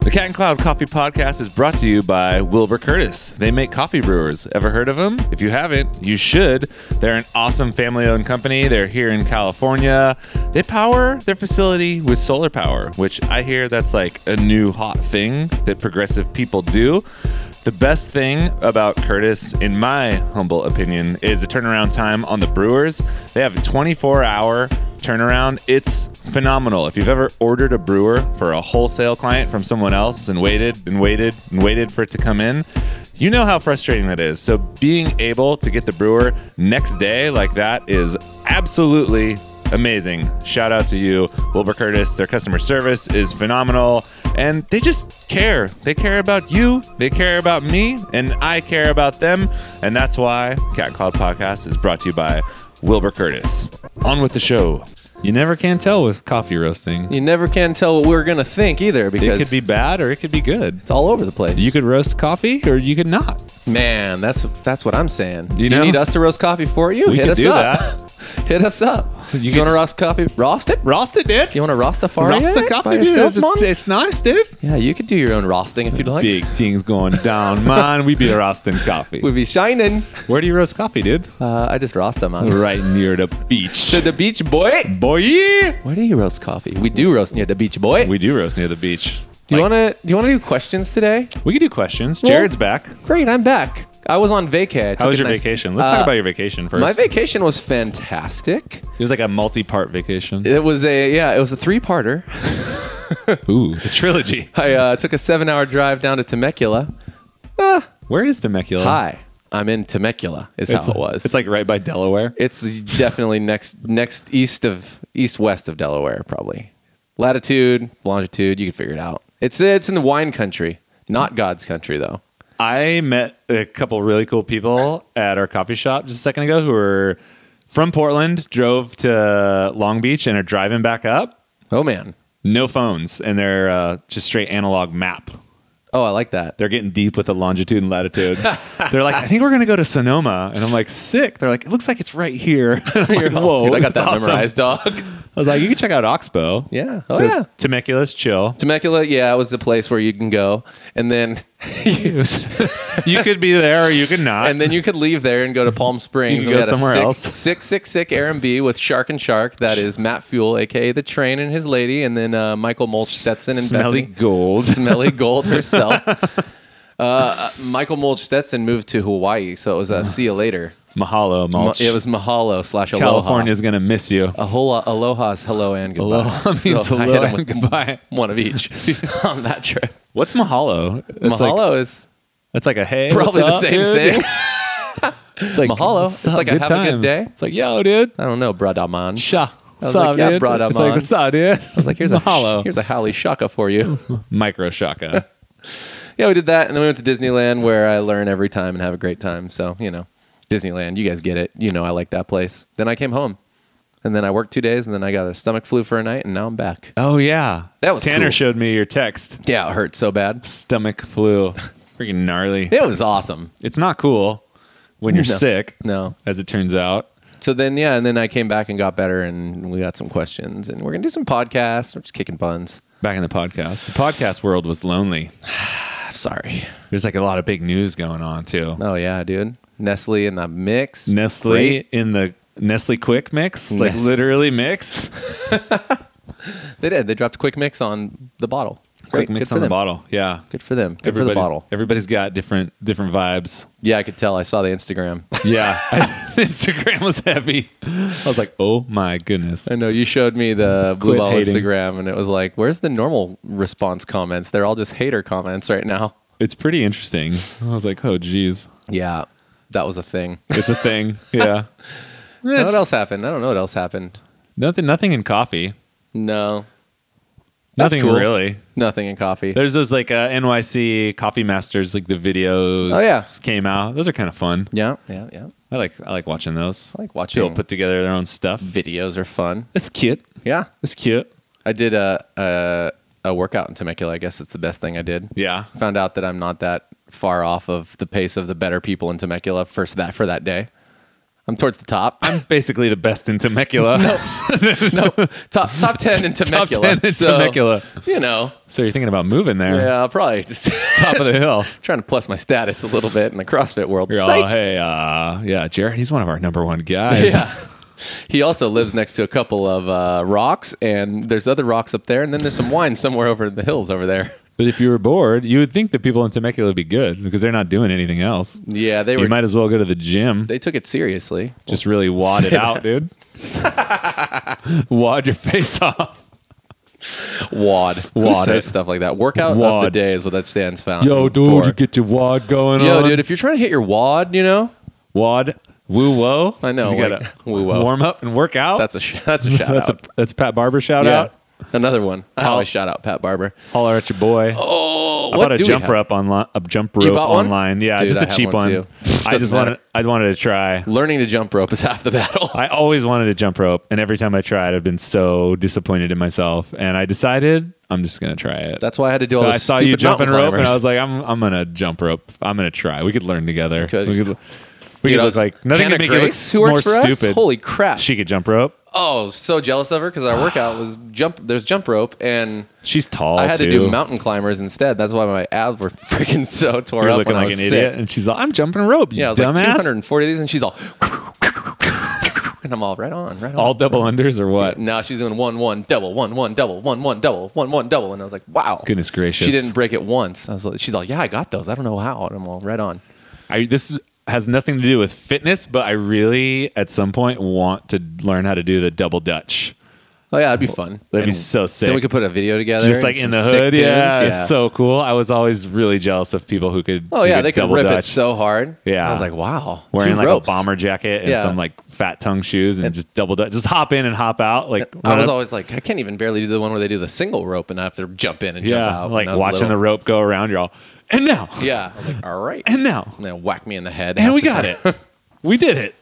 The Cat and Cloud Coffee Podcast is brought to you by Wilbur Curtis. They make coffee brewers. Ever heard of them? If you haven't, you should. They're an awesome family owned company. They're here in California. They power their facility with solar power, which I hear that's like a new hot thing that progressive people do. The best thing about Curtis, in my humble opinion, is the turnaround time on the brewers. They have a 24 hour turnaround. It's phenomenal. If you've ever ordered a brewer for a wholesale client from someone else and waited and waited and waited for it to come in, you know how frustrating that is. So being able to get the brewer next day like that is absolutely amazing. Shout out to you, Wilbur Curtis. Their customer service is phenomenal and they just care. They care about you, they care about me, and I care about them. And that's why Cat Cloud Podcast is brought to you by Wilbur Curtis. On with the show. You never can tell with coffee roasting. You never can tell what we're gonna think either It because could be bad or it could be good. it's all over the place. You could roast coffee or you could not. man, that's that's what I'm saying. Do You you, know? need us to roast coffee for you? We Hit could us do up. Hit us up. You You, could want to s- roast coffee? Roast it. Roast it, dude. You want to rostafari? Roast the it by coffee, dude. It's, yourself, it's, man? it's nice, dude. Yeah, you could do your own rosting if you'd like. Big things going down, man. We be roasting coffee. We'd be shining. Where do you roast coffee, dude? Uh, I just roast them on Right near the beach. to the beach, boy. Boy! Where do you roast coffee? We do roast near the beach, boy. We do roast near the beach. do you Like, want to? Do you want to do questions today? We could do questions. Well- Jared's back. Great, I'm back. I was on vacay. I took How was a your nice- vacation? Let's Uh, talk about your vacation first. My vacation was fantastic. it was like a multi-part vacation. It was a yeah, it was a three-parter. Ooh, the trilogy. I uh, took a seven-hour drive down to Temecula. Where is Temecula? Hi, I'm in Temecula. Is It's, how it was. It's like right by Delaware. it's definitely next next east of east west of Delaware, probably latitude, longitude. You can figure it out. It's it's in the wine country, not God's country though. I met a couple really cool people at our coffee shop just a second ago who were from Portland, drove to Long Beach, and are driving back up. Oh man. No phones, and they're uh, just straight analog map. Oh, I like that. They're getting deep with the longitude and latitude. they're like, I think we're gonna go to Sonoma, and I'm like, sick. They're like, it looks like it's right here. And I'm like, Whoa, Dude, I got that's that awesome." memorized, dog. I was like, you can check out Oxbow. Yeah. Oh, so yeah. Temecula's chill. Temecula, yeah, was the place where you can go, and then you could be there or you could not. and then you could leave there and go to Palm Springs. You could and we go had a somewhere sick, else. Sick, sick, sick R&B with Shark and Shark. That is Matt Fuel, aka the Train and his lady, and then uh, Michael Mulch Stetson and Smelly Becky. gold. Smelly Gold herself. uh, uh, Michael Mulch Stetson moved to Hawaii, so it was uh, see you later. Mahalo, Ma- mulch. It was mahalo slash aloha. California's gonna miss you. A whole lot, aloha's hello and goodbye. Aloha means I hello hit 'em and with goodbye. One of each on that trip. What's mahalo? It's like, mahalo is it's like a hey. probably what's the up, same dude? thing. It's like Mahalo. what's It's up, like a have a good day. It's like yo, dude. I don't know, bradaman. Sha. What's was up, like, yeah, dude? brother, it's like man. what's up, dude? I I was like, here's mahalo. a here's a Halley Shaka for you. micro shaka. yeah, we did that, and then we went to Disneyland, where I learn every time and have a great time. So you know, Disneyland, you guys get it. You know, I like that place. Then I came home, and then I worked two days, and then I got a stomach flu for a night, and now I'm back. oh yeah, That was Tanner cool. showed me your text. Yeah, it hurt so bad. Stomach flu, freaking gnarly. It was awesome. It's not cool when you're No. sick, No, as it turns out. so then yeah, and then I came back and got better, and we got some questions, and we're gonna do some podcasts. We're just kicking buns. Back in the podcast, the podcast world was lonely. Ah, Sorry. There's like a lot of big news going on too. Oh yeah, dude. Nestle in the mix. Nestle Great. in the Nestle Quick Mix, like Nes- literally mix. They did. They dropped Quick Mix on the bottle. Quick Great. Mix Good for on the them. bottle. Yeah. Good for them. Good for the bottle. Everybody's got different different vibes. Yeah, I could tell. I saw the Instagram. Yeah. Instagram was heavy. I was like, oh my goodness. I know you showed me the blue Quit ball hating. Instagram, and it was like, "Where's the normal response comments? They're all just hater comments right now." It's pretty interesting. I was like, oh geez. Yeah, that was a thing. It's a thing. Yeah. Now, It's- what else happened? I don't know what else happened. nothing nothing in coffee. No, That's Nothing cool. really. nothing in coffee. There's those like uh, NYC Coffee Masters, like the videos Oh, yeah. came out. Those are kind of fun. yeah, yeah, yeah. I like I like watching those. I like watching- people put together their own stuff. Videos are fun. It's cute. Yeah, It's cute. I did a a, a workout in Temecula. I guess it's the best thing I did. Yeah. Found out that I'm not that far off of the pace of the better people in Temecula. First that for that day, I'm towards the top. I'm basically the best in Temecula. no, top top ten in Top Temecula. 10 in So, Temecula. You know, So you're thinking about moving there. yeah, I'll probably just Top of the hill. trying to plus my status a little bit in the CrossFit world. You're Psych. all, hey, uh, yeah, Jared, he's one of our number one guys. Yeah. He also lives next to a couple of uh, rocks, and there's other rocks up there, and then there's some wine somewhere over in the hills over there. But if you were bored, you would think that people in Temecula would be good because they're not doing anything else. Yeah, they You were. might as well go to the gym. They took it seriously. Just really wad it Say out, dude. wad your face off. Wad. Who Wad says it. stuff like that? Workout of the Wad. day is what that stands found. Yo, dude, for. you get your wad going Yo, on. dude, if you're trying to hit your wad, you know Wad, woo whoa. I know, You like, gotta woo wo. warm up and work out. that's a sh- that's a shout Oh. that's out. a that's a Pat Barber shout Yeah. out. Another one. I How- always shout out Pat Barber. Holler at your boy. Oh, I what bought a do we jumper have? up online, a jump rope bought one? online. Yeah, Dude, just I a have cheap one one. too. I Doesn't just matter. wanted I wanted to try. Learning to jump rope is half the battle. I always wanted to jump rope, and every time I tried, I've been so disappointed in myself. And I decided I'm just gonna try it. That's why I had to do all So I this saw stupid you jumping mountain rope, climbers. and I was like, I'm I'm gonna jump rope. I'm gonna try. We could learn together. could. We could, we Dude, could I look was- like nothing Hannah could make Grace, it look who more works for us? stupid. Holy crap! She could jump rope. Oh, so jealous of her because our workout was jump. There's jump rope, and She's tall. I had too. to do mountain climbers instead. That's why my abs were freaking so tore You're up looking when I like was an sick. idiot, and she's like, I'm jumping rope. You Yeah, I was dumbass. like 240 of these, and she's all, and I'm all right on, right on. All double unders or what? now she's doing one, one, double, one, one, double, one, one, double, one, one, double, and I was like, wow. Goodness gracious. She didn't break it once. I was like, she's all, yeah, I got those. I don't know how, and I'm all right on. I this has nothing to do with fitness, but I really at some point want to learn how to do the double dutch. Oh yeah, that'd be fun. That'd be And so sick. Then we could put a video together, just and like in some the sick hood, tunes. yeah, it's so cool. I was always really jealous of people who could. oh who yeah, they could double rip it dutch, so hard. Yeah. I was like, wow, wearing two like a ropes. bomber jacket and Yeah. some like fat tongue shoes, and, just double dutch, just hop in and hop out. Like I when was I'm- always like, I can't even barely do the one where they do the single rope and I have to jump in and jump yeah, out. like watching the rope. rope go around. You're all and now Yeah. I was like, all right. and now And then whack me in the head. and half we the got time. it. we did it.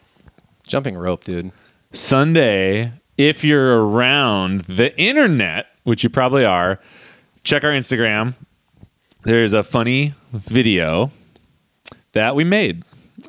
Jumping rope, dude. Sunday, if you're around the internet, which you probably are, check our Instagram. There's a funny video that we made.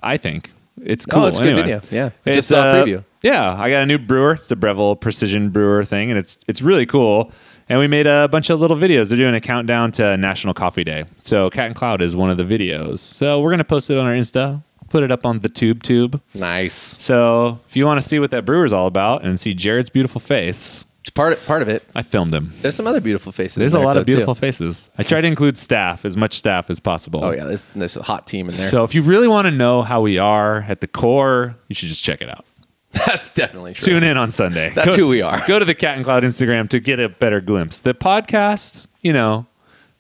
I think it's Oh, cool. it's a good Anyway, video. Yeah. I just saw a uh, preview. Yeah, I got a new brewer. It's the Breville Precision Brewer thing, and it's it's really cool. And we made a bunch of little videos. They're doing a countdown to National Coffee Day. So Cat and Cloud is one of the videos. So we're gonna post it on our Insta, put it up on the Tube Tube. Nice. So if you want to see what that brewer's all about and see Jared's beautiful face, It's part of, part of it. I filmed him. There's some other beautiful faces. There's in a there, lot though, of too. beautiful faces. I try to include staff, as much staff as possible. Oh yeah, there's, there's a hot team in there. So if you really want to know how we are at the core, you should just check it out. that's definitely true. Tune in on Sunday. That's Go- who we are. Go to the Cat and Cloud Instagram to get a better glimpse. The podcast, you know,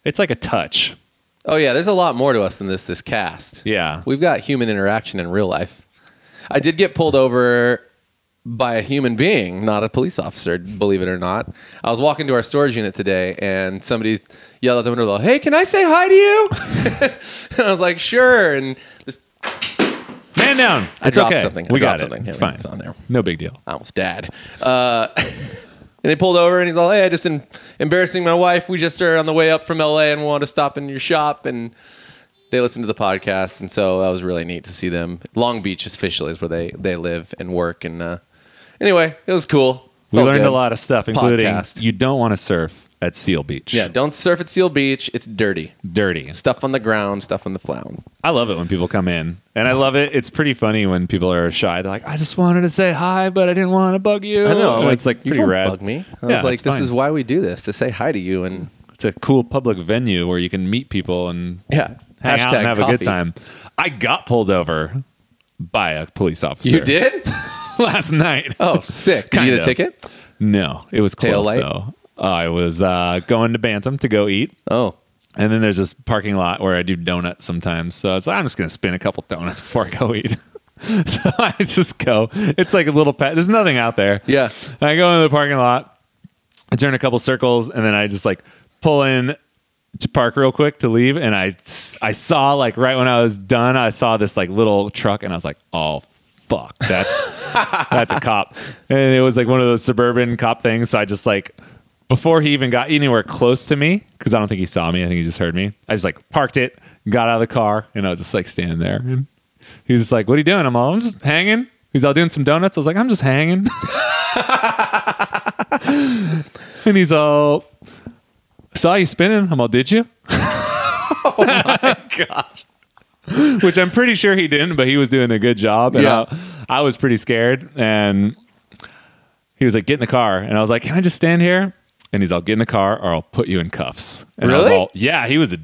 it's like a touch. Oh yeah, there's a lot more to us than this this cast. Yeah. We've got human interaction in real life. I did get pulled over by a human being, not a police officer, believe it or not. I was walking to our storage unit today and somebody's yelled out the window, "Hey, can I say hi to you?" and I was like, "Sure." And this, Man down. It's I dropped okay. something. I We got dropped it. something. It's Yeah, fine. it's on there. No big deal. I almost died. Uh, and they pulled over, and he's all, "Hey, I just em- embarrassing my wife. We just are on the way up from LA, and we want to stop in your shop." And they listened to the podcast, and so that was really neat to see them. Long Beach officially is where they they live and work. And uh, anyway, it was cool. We Felt learned good. a lot of stuff, including Podcast. you don't want to surf at Seal Beach. Yeah, don't surf at Seal Beach. It's dirty. Dirty. Stuff on the ground, stuff on the flound. I love it when people come in, and I love it. It's pretty funny when people are shy. They're like, "I just wanted to say hi, but I didn't want to bug you." I know. And Like, Oh, it's like you pretty don't rad. Bug me. I Yeah, was like, it's this fine. is why we do this to say hi to you and it's a cool public venue where you can meet people and yeah. hang out hashtag and have a coffee. good time. I got pulled over by a police officer. You did? last night. Oh, sick. Did you Kind get a of. ticket? No, it was Tail close light? though. I was uh, going to Bantam to go eat. Oh. And then there's this parking lot where I do donuts sometimes. So I was like, I'm just going to spin a couple donuts before I go eat. so I just go. It's like a little pet. There's nothing out there. Yeah. And I go into the parking lot, I turn a couple circles, and then I just like pull in to park real quick to leave. And I, I saw like right when I was done, I saw this like little truck, and I was like, oh fuck, that's that's a cop. And it was like one of those suburban cop things. So I just like before he even got anywhere close to me, because I don't think he saw me. I think he just heard me. I just like parked it, got out of the car, and I was just like standing there. And he was just like, "What are you doing?" I'm all, "I'm just hanging." He's all doing some donuts. I was like, I'm just hanging. and he's all, saw you spinning. I'm all, did you? God. Which I'm pretty sure he didn't, but he was doing a good job. And Yeah. I, I was pretty scared. And he was like, get in the car. And I was like, can I just stand here? And he's all, get in the car or I'll put you in cuffs. And I was Really? all, yeah, he was a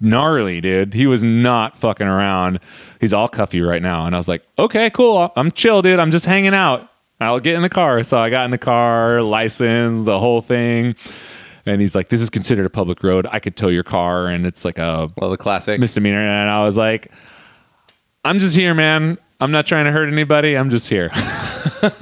gnarly dude. He was not fucking around. He's all cuffy right now. And I was like, okay, cool. I'm chill, dude. I'm just hanging out. I'll get in the car. So I got in the car, license, the whole thing. And he's like, this is considered a public road. I could tow your car. And it's like a Well, the classic. misdemeanor and I was like I'm just here man I'm not trying to hurt anybody I'm just here and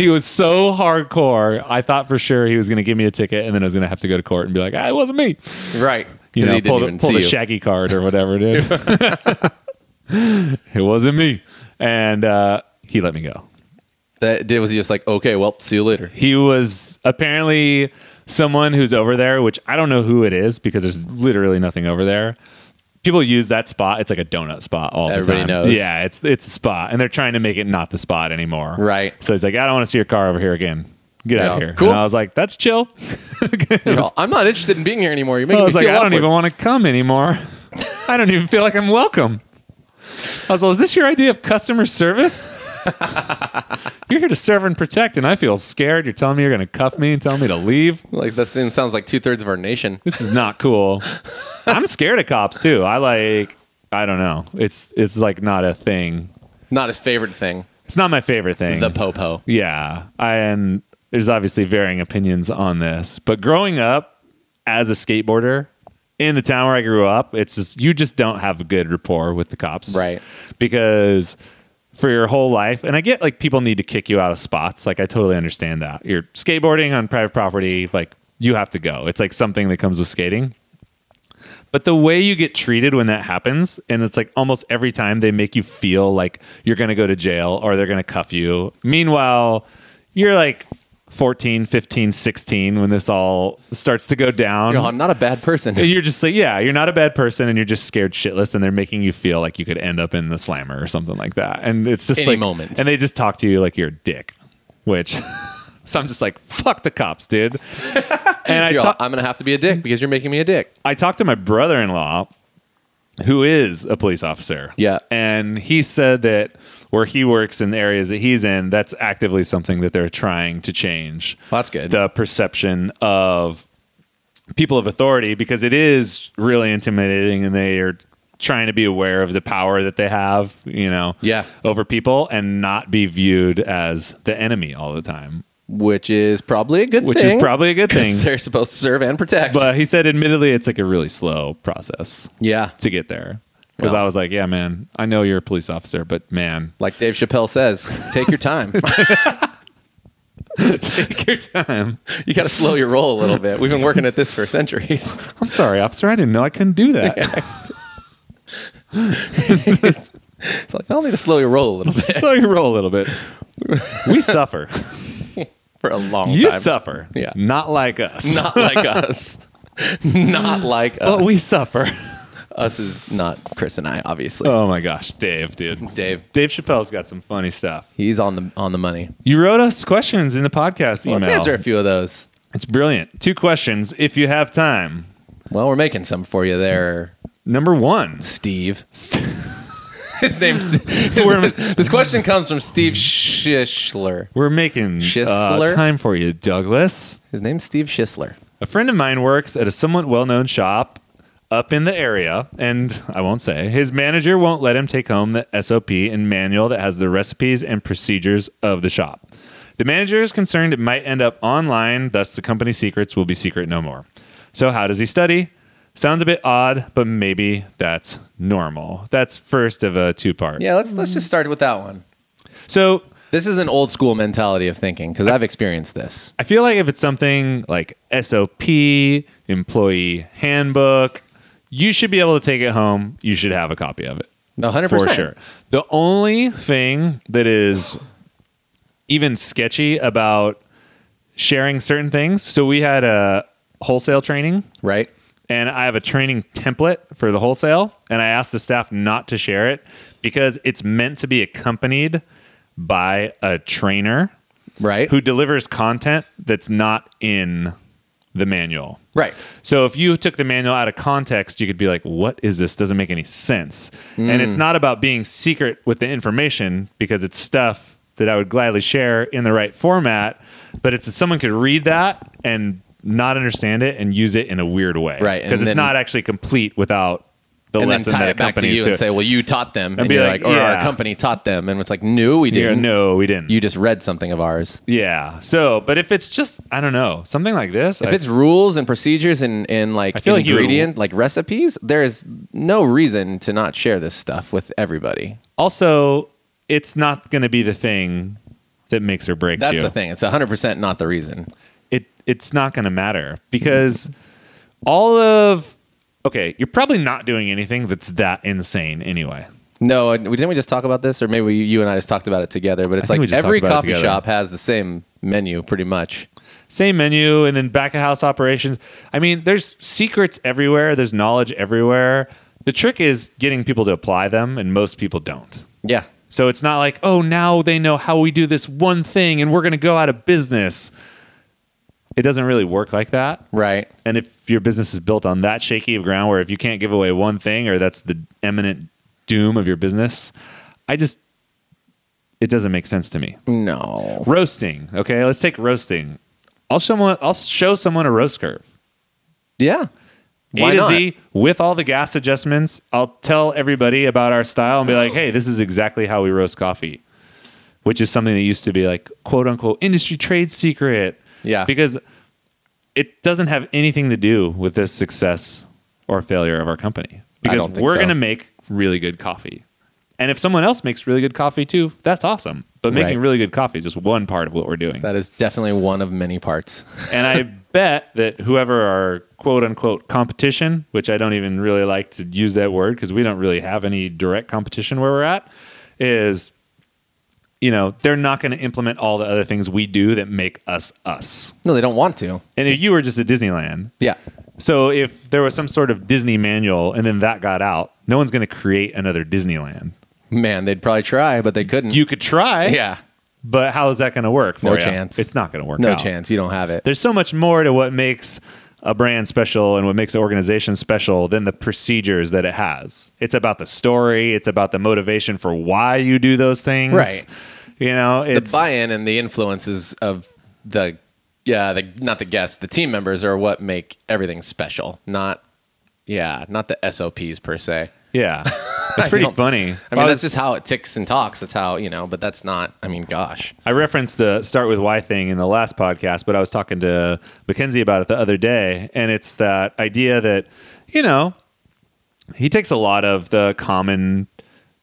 he was so hardcore I thought for sure he was going to give me a ticket and then I was going to have to go to court and be like ah, it wasn't me right. you 'Cause know he didn't pulled, even a, pulled see a you. shaggy card or whatever dude it wasn't me and uh, he let me go That did was he just like, okay, well, see you later. he was apparently someone who's over there, which I don't know who it is because there's literally nothing over there. People use that spot. It's like a donut spot all the Everybody time. knows. Yeah, it's it's a spot, and they're trying to make it not the spot anymore. Right. So he's like, I don't want to see your car over here again. Get out of Yeah. here. Cool. And I was like, that's chill. You know, I'm not interested in being here anymore. You're making I was me like, feel I don't awkward. even want to come anymore. I don't even feel like I'm welcome. I was like, is this your idea of customer service? you're here to serve and protect, and I feel scared. You're telling me you're going to cuff me and tell me to leave. Like that seems, sounds like two thirds of our nation. This is not cool. I'm scared of cops too. I like, I don't know. It's it's like not a thing. Not his favorite thing, It's not my favorite thing. the popo. Yeah. I, and there's obviously varying opinions on this, but growing up as a skateboarder in the town where I grew up, it's just, you just don't have a good rapport with the cops. Right. Because for your whole life, and I get like people need to kick you out of spots. Like I totally understand that. You're skateboarding on private property, like you have to go. It's like something that comes with skating. But the way you get treated when that happens, and it's like almost every time they make you feel like you're going to go to jail or they're going to cuff you. Meanwhile, you're like 14, 15, 16 when this all starts to go down. You know, I'm not a bad person. And you're just like, yeah, you're not a bad person and you're just scared shitless and they're making you feel like you could end up in the slammer or something like that. And it's just Any like moment. And they just talk to you like you're a dick. Which so I'm just like, fuck the cops, dude. and I You're all, talk- I'm gonna have to be a dick because you're making me a dick. I talked to my brother in law, who is a police officer. Yeah. And he said that where he works in the areas that he's in, that's actively something that they're trying to change Well, that's good. the perception of people of authority because it is really intimidating and they are trying to be aware of the power that they have, you know, Yeah. over people and not be viewed as the enemy all the time, which is probably a good which thing. is probably a good 'cause thing. They're supposed to serve and protect. But he said, admittedly, it's like a really slow process yeah, to get there. Because Well. I was like, yeah, man, I know you're a police officer, but man, like Dave Chappelle says, take your time. take your time. you got to slow your roll a little bit. We've been working at this for centuries. I'm sorry, officer. I didn't know I couldn't do that. It's like I will need to slow your roll a little bit so you roll a little bit. We suffer. for a long You time. suffer. Yeah. Not like us. Not like us. Not like us. but we suffer. us is not Chris and I, obviously. Oh my gosh, Dave, dude. Dave, Dave Chappelle's got some funny stuff. he's on the on the money. You wrote us questions in the podcast Well, email. let's answer a few of those. It's brilliant. Two questions if you have time. Well, we're making some for you there, Number one. Steve. His name's. this question comes from Steve Schishler. We're making uh, Schistler? time for you, Douglas. His name's Steve Schistler. A friend of mine works at a somewhat well known shop up in the area, and I won't say his manager won't let him take home the SOP and manual that has the recipes and procedures of the shop. The manager is concerned it might end up online, thus, the company's secrets will be secret no more. So, how does he study? Sounds a bit odd, but maybe that's normal. That's first of a two part. Yeah, let's let's just start with that one. So, This is an old school mentality of thinking because I've experienced this. I feel like if it's something like SOP, employee handbook, you should be able to take it home. You should have a copy of it. A hundred For percent. sure. The only thing that is even sketchy about sharing certain things. So we had a wholesale training Right? and I have a training template for the wholesale and I asked the staff not to share it because it's meant to be accompanied by a trainer right? who delivers content that's not in the manual. right. So if you took the manual out of context, you could be like, "What is this? Doesn't make any sense." And Mm. it's not about being secret with the information because it's stuff that I would gladly share in the right format, but it's that someone could read that and not understand it and use it in a weird way, Right, and Because it's then- not actually complete without the And then lesson tie that it back to accompanies you to and it. say, well, you taught them. And, be you're like, like, or yeah. our company taught them. And it's like, no, we Yeah, didn't. no, we didn't. You just read something of ours. yeah. So, but if it's just I don't know something like this, If I- it's rules and procedures and, and like I feel like you- ingredient, like recipes, there is no reason to not share this stuff with everybody. also it's not going to be the thing that makes or breaks That's you. the thing. It's 100% not the reason. it it's not going to matter because all of okay, you're probably not doing anything that's that insane anyway. No, and we- didn't we just talk about this? Or maybe we, you and I just talked about it together. But it's think we like just every talked about it coffee together. shop has the same menu pretty much. Same menu and then back of house operations. I mean, there's secrets everywhere, there's knowledge everywhere. The trick is getting people to apply them and most people don't. Yeah. So it's not like, "Oh, now they know how we do this one thing and we're going to go out of business." It doesn't really work like that. Right. And if your business is built on that shaky of ground where if you can't give away one thing or that's the imminent doom of your business, I just, it doesn't make sense to me. No. Roasting. Okay. Let's take roasting. I'll show someone, I'll show someone a roast curve. Yeah. Why a to not? Z with all the gas adjustments. I'll tell everybody about our style and be like, hey, this is exactly how we roast coffee, which is something that used to be like quote unquote industry trade secret. Yeah. Because it doesn't have anything to do with the success or failure of our company. I Because don't think we're so. going to make really good coffee. And if someone else makes really good coffee too, that's awesome. But making Right. really good coffee is just one part of what we're doing. That is definitely one of many parts. and I bet that whoever our quote unquote competition, which I don't even really like to use that word because we don't really have any direct competition where we're at, is, you know, they're not going to implement all the other things we do that make us us. No, they don't want to. And if you were just at Disneyland, Yeah. so if there was some sort of Disney manual and then that got out, no one's going to create another Disneyland. Man, they'd probably try, but they couldn't. You could try, yeah. but how is that going to work? For No ya? chance. It's not going to work. No out. chance. You don't have it. There's so much more to what makes a brand special and what makes an organization special than the procedures that it has. It's about the story. It's about the motivation for why you do those things. Right. You know, The it's buy-in and the influences of the yeah, the not the guests, the team members are what make everything special. Not yeah, not the SOPs per se. yeah. It's pretty funny. I mean, that's just how it ticks and talks. That's how you know. But that's not. I mean, gosh. I referenced the start with why thing in the last podcast, but I was talking to Mackenzie about it the other day, and it's that idea that, you know, he takes a lot of the common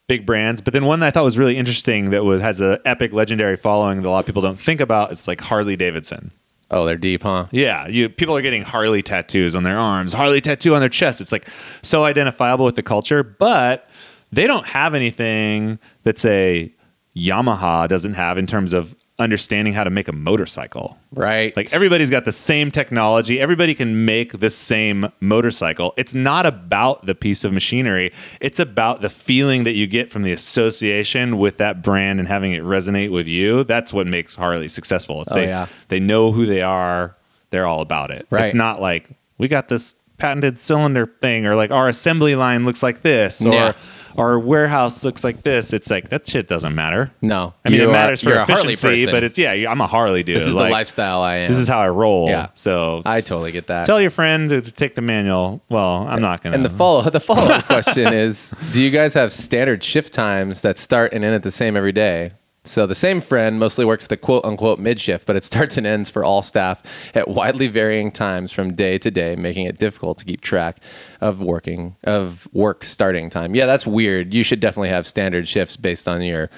big brands, but then one that I thought was really interesting that was has an epic legendary following that a lot of people don't think about is like Harley Davidson. Oh, they're deep, huh? Yeah, you people are getting Harley tattoos on their arms, Harley tattoo on their chest. It's like so identifiable with the culture, but they don't have anything that say Yamaha doesn't have in terms of understanding how to make a motorcycle. Right. Like everybody's got the same technology. Everybody can make the same motorcycle. It's not about the piece of machinery. It's about the feeling that you get from the association with that brand and having it resonate with you. That's what makes Harley successful. It's Oh, they yeah. they know who they are. They're all about it. Right. It's not like we got this patented cylinder thing or like our assembly line looks like this or Yeah. our warehouse looks like this. It's like that shit doesn't matter. no. I mean, You it are- matters for you're a Harley efficiency, person. but it's yeah. I'm a Harley dude. this is Like, the lifestyle I am. this is how I roll. Yeah. So I totally get that. tell your friend to, to take the manual. Well, I'm not gonna. and the follow the follow up question is: Do you guys have standard shift times that start and end at the same every day? So the same friend mostly works the quote unquote mid shift, but it starts and ends for all staff at widely varying times from day to day, making it difficult to keep track of working of work starting time. Yeah, that's weird. You should definitely have standard shifts based on your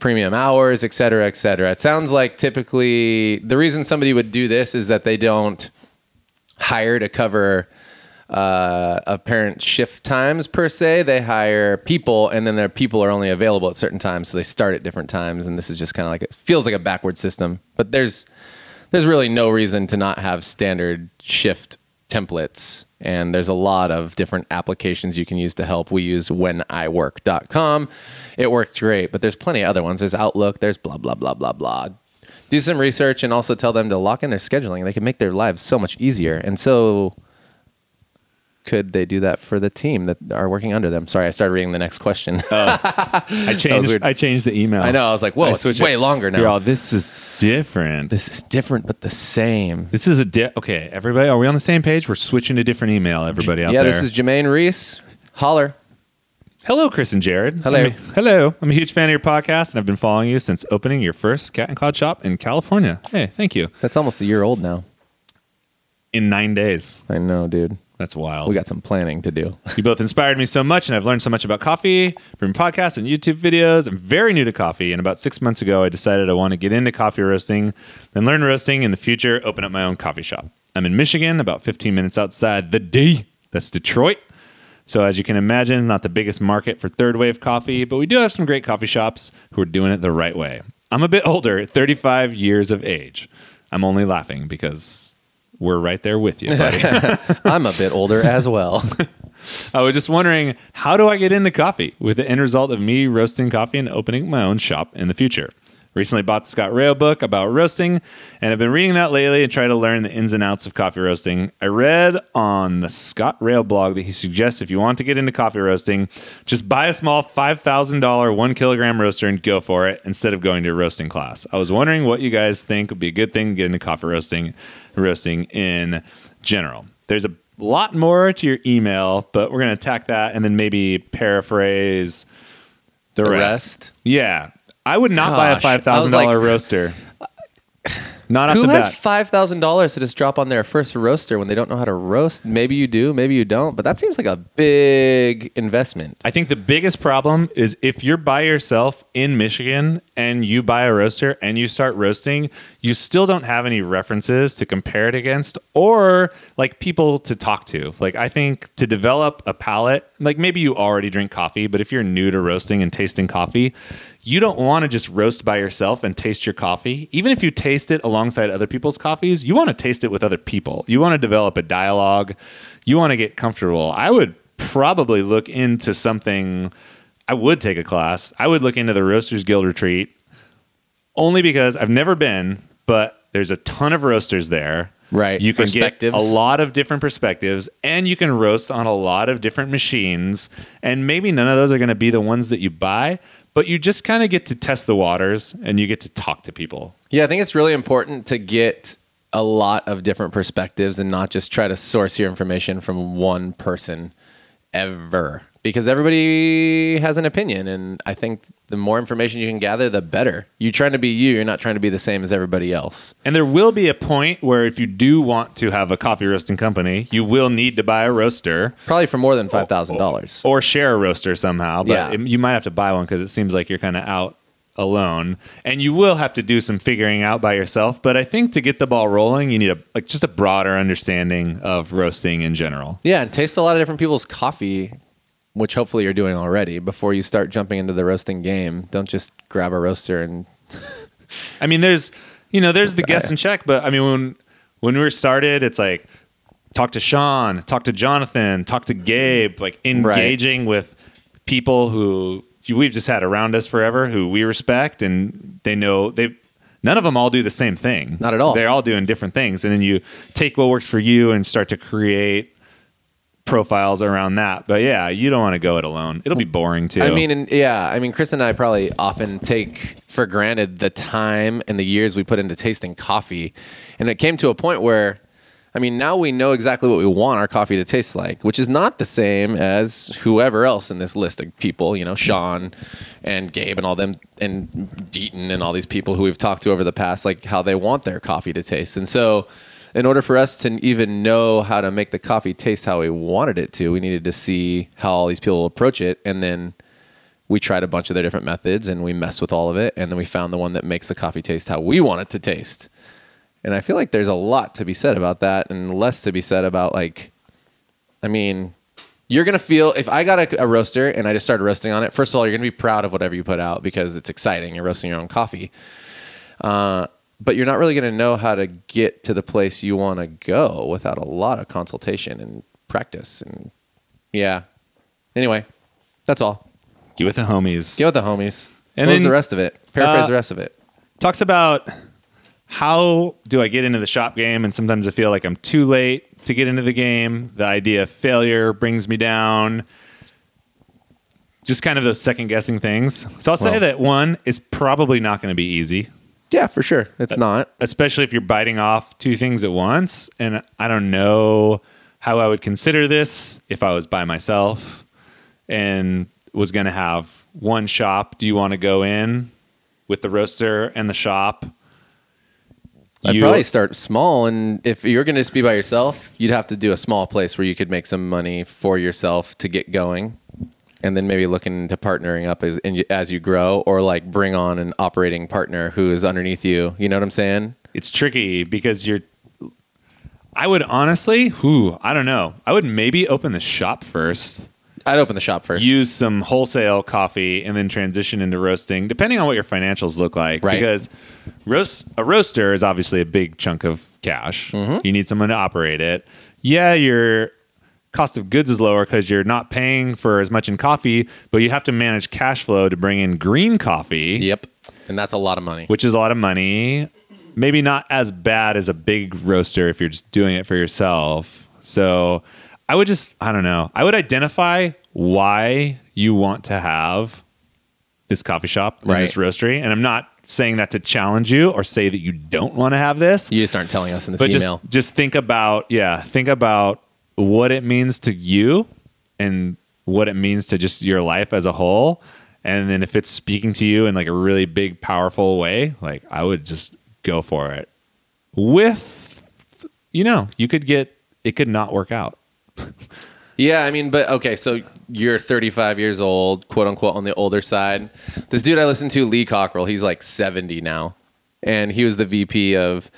premium hours, et cetera, et cetera. It sounds like typically the reason somebody would do this is that they don't hire to cover uh, apparent shift times per se. They hire people, and then their people are only available at certain times, so they start at different times. And this is just kind of like it feels like a backward system. But there's there's really no reason to not have standard shift templates And there's a lot of different applications you can use to help. We use wheniwork.com. It worked great, but there's plenty of other ones. There's Outlook, there's blah, blah, blah, blah, blah. Do some research and also tell them to lock in their scheduling. They can make their lives so much easier. And so could they do that for the team that are working under them? Sorry, I started reading the next question. Uh, I weird. changed. I changed the email. I know. I was like, whoa, I it's switched way it. longer now. You're all, this is different. This, this is different but the same. is a di- okay. Everybody, are we on the same page? We're switching to different email. Everybody out yeah, there. this is Jermaine Reese. Holler. Hello, Chris and Jared. Hello. I'm a, hello. I'm a huge fan of your podcast, and I've been following you since opening your first Cat and Cloud shop in California. Hey, thank you. That's almost a year old now. In nine days. I know, dude. That's wild. We got some planning to do. You both inspired me so much, and I've learned so much about coffee from podcasts and YouTube videos. I'm very new to coffee, and about six months ago, I decided I want to get into coffee roasting and learn roasting in the future, open up my own coffee shop. I'm in Michigan, about 15 minutes outside the D. That's Detroit. So, as you can imagine, not the biggest market for third wave coffee, but we do have some great coffee shops who are doing it the right way. I'm a bit older, 35 years of age. I'm only laughing because we're right there with you, buddy. I'm a bit older as well. I was just wondering, how do I get into coffee with the end result of me roasting coffee and opening my own shop in the future? Recently bought the Scott Rail book about roasting, and I've been reading that lately and try to learn the ins and outs of coffee roasting. I read on the Scott Rail blog that he suggests if you want to get into coffee roasting, just buy a small $5,000 one kilogram roaster and go for it instead of going to a roasting class. I was wondering what you guys think would be a good thing to get into coffee roasting, roasting in general. There's a lot more to your email, but we're going to attack that and then maybe paraphrase the, The rest. rest? Yeah. I would not buy a Gosh, I was $5,000 like- roaster. Not off Who the has bat. five thousand dollars to just drop on their first roaster when they don't know how to roast? Maybe you do, maybe you don't, but that seems like a big investment. I think the biggest problem is if you're by yourself in Michigan and you buy a roaster and you start roasting, you still don't have any references to compare it against or like people to talk to. Like, I think to develop a palate, like maybe you already drink coffee, but if you're new to roasting and tasting coffee, you don't want to just roast by yourself and taste your coffee. Even if you taste it alongside other people's coffees, you want to taste it with other people. You want to develop a dialogue. You want to get comfortable. I would probably look into something. I would take a class. I would look into the Roasters Guild retreat only because I've never been, but there's a ton of roasters there. Right. You can get Perspectives. a lot of different perspectives and you can roast on a lot of different machines. And maybe none of those are going to be the ones that you buy, but you just kind of get to test the waters and you get to talk to people. Yeah, I think it's really important to get a lot of different perspectives and not just try to source your information from one person ever because everybody has an opinion and I think the more information you can gather the better. You're trying to be you, you're not trying to be the same as everybody else. And there will be a point where if you do want to have a coffee roasting company, you will need to buy a roaster. Probably for more than $5,000. or share a roaster somehow. But Yeah. it- you might have to buy one because it seems like you're kind of out alone, and you will have to do some figuring out by yourself. But I think to get the ball rolling, you need a like just a broader understanding of roasting in general. Yeah, and taste a lot of different people's coffee, which hopefully you're doing already before you start jumping into the roasting game. Don't just grab a roaster and I mean, there's you know there's the guess and check, but I mean when when we were started, it's like talk to Sean, talk to Jonathan, talk to Gabe, like engaging with people who we've just had around us forever who we respect and they know they none of them all do the same thing. Not at all. They're all doing different things and then you take what works for you and start to create profiles around that. But yeah, you don't want to go it alone. It'll be boring too. I mean, and yeah, I mean, Chris and I probably often take for granted the time and the years we put into tasting coffee. And it came to a point where, I mean, now we know exactly what we want our coffee to taste like, which is not the same as whoever else in this list of people, you know, Sean and Gabe and all them, and Deaton and all these people who we've talked to over the past, like how they want their coffee to taste. And so, in order for us to even know how to make the coffee taste how we wanted it to, we needed to see how all these people approach it. And then we tried a bunch of their different methods and we messed with all of it. And then we found the one that makes the coffee taste how we want it to taste. And I feel like there's a lot to be said about that and less to be said about, like, I mean, you're going to feel if I got a, a roaster and I just started roasting on it, first of all, you're going to be proud of whatever you put out because it's exciting. You're roasting your own coffee Uh, but you're not really going to know how to get to the place you want to go without a lot of consultation and practice and yeah. Anyway, that's all. Get with the homies. Get with the homies. And And Close then, the rest of it. Paraphrase uh, the rest of it. Talks about how do I get into the shop game, and sometimes I feel like I'm too late to get into the game. The idea of failure brings me down. Just kind of those second guessing things. So I'll say Well- that one is probably not going to be easy. Yeah, for sure. uh, It's not. especially if you're biting off two things at once. And I don't know how I would consider this if I was by myself and was going to have one shop. Do you want to go in with the roaster and the shop? I'd You- probably start small, and if you're going to just be by yourself, you'd have to do a small place where you could make some money for yourself to get going, and then maybe looking into partnering up as in, as you grow, or like bring on an operating partner who is underneath you. You know what I'm saying? it's tricky because you're. I would honestly, who I don't know. I would maybe open the shop first. I'd open the shop first. use some wholesale coffee and then transition into roasting, depending on what your financials look like. Right. Because roast a roaster is obviously a big chunk of cash. Mm-hmm. You need someone to operate it. Yeah, your cost of goods is lower because you're not paying for as much in coffee, but you have to manage cash flow to bring in green coffee, yep, and that's a lot of money. which is a lot of money. Maybe not as bad as a big roaster if you're just doing it for yourself. So I would just, I don't know. I would identify why you want to have this coffee shop and Right. this roastery. And I'm not saying that to challenge you or say that you don't want to have this, You just aren't telling us in this but email. just, just think about, yeah, think about what it means to you and what it means to just your life as a whole. And then if it's speaking to you in like a really big, powerful way, like I would just go for it. With, you know, you could get, it could not work out. Yeah, I mean, but okay, so you're 35 years old, quote unquote, on the older side. This dude I listened to, Lee Cockrell, he's like 70 now, and he was the VP of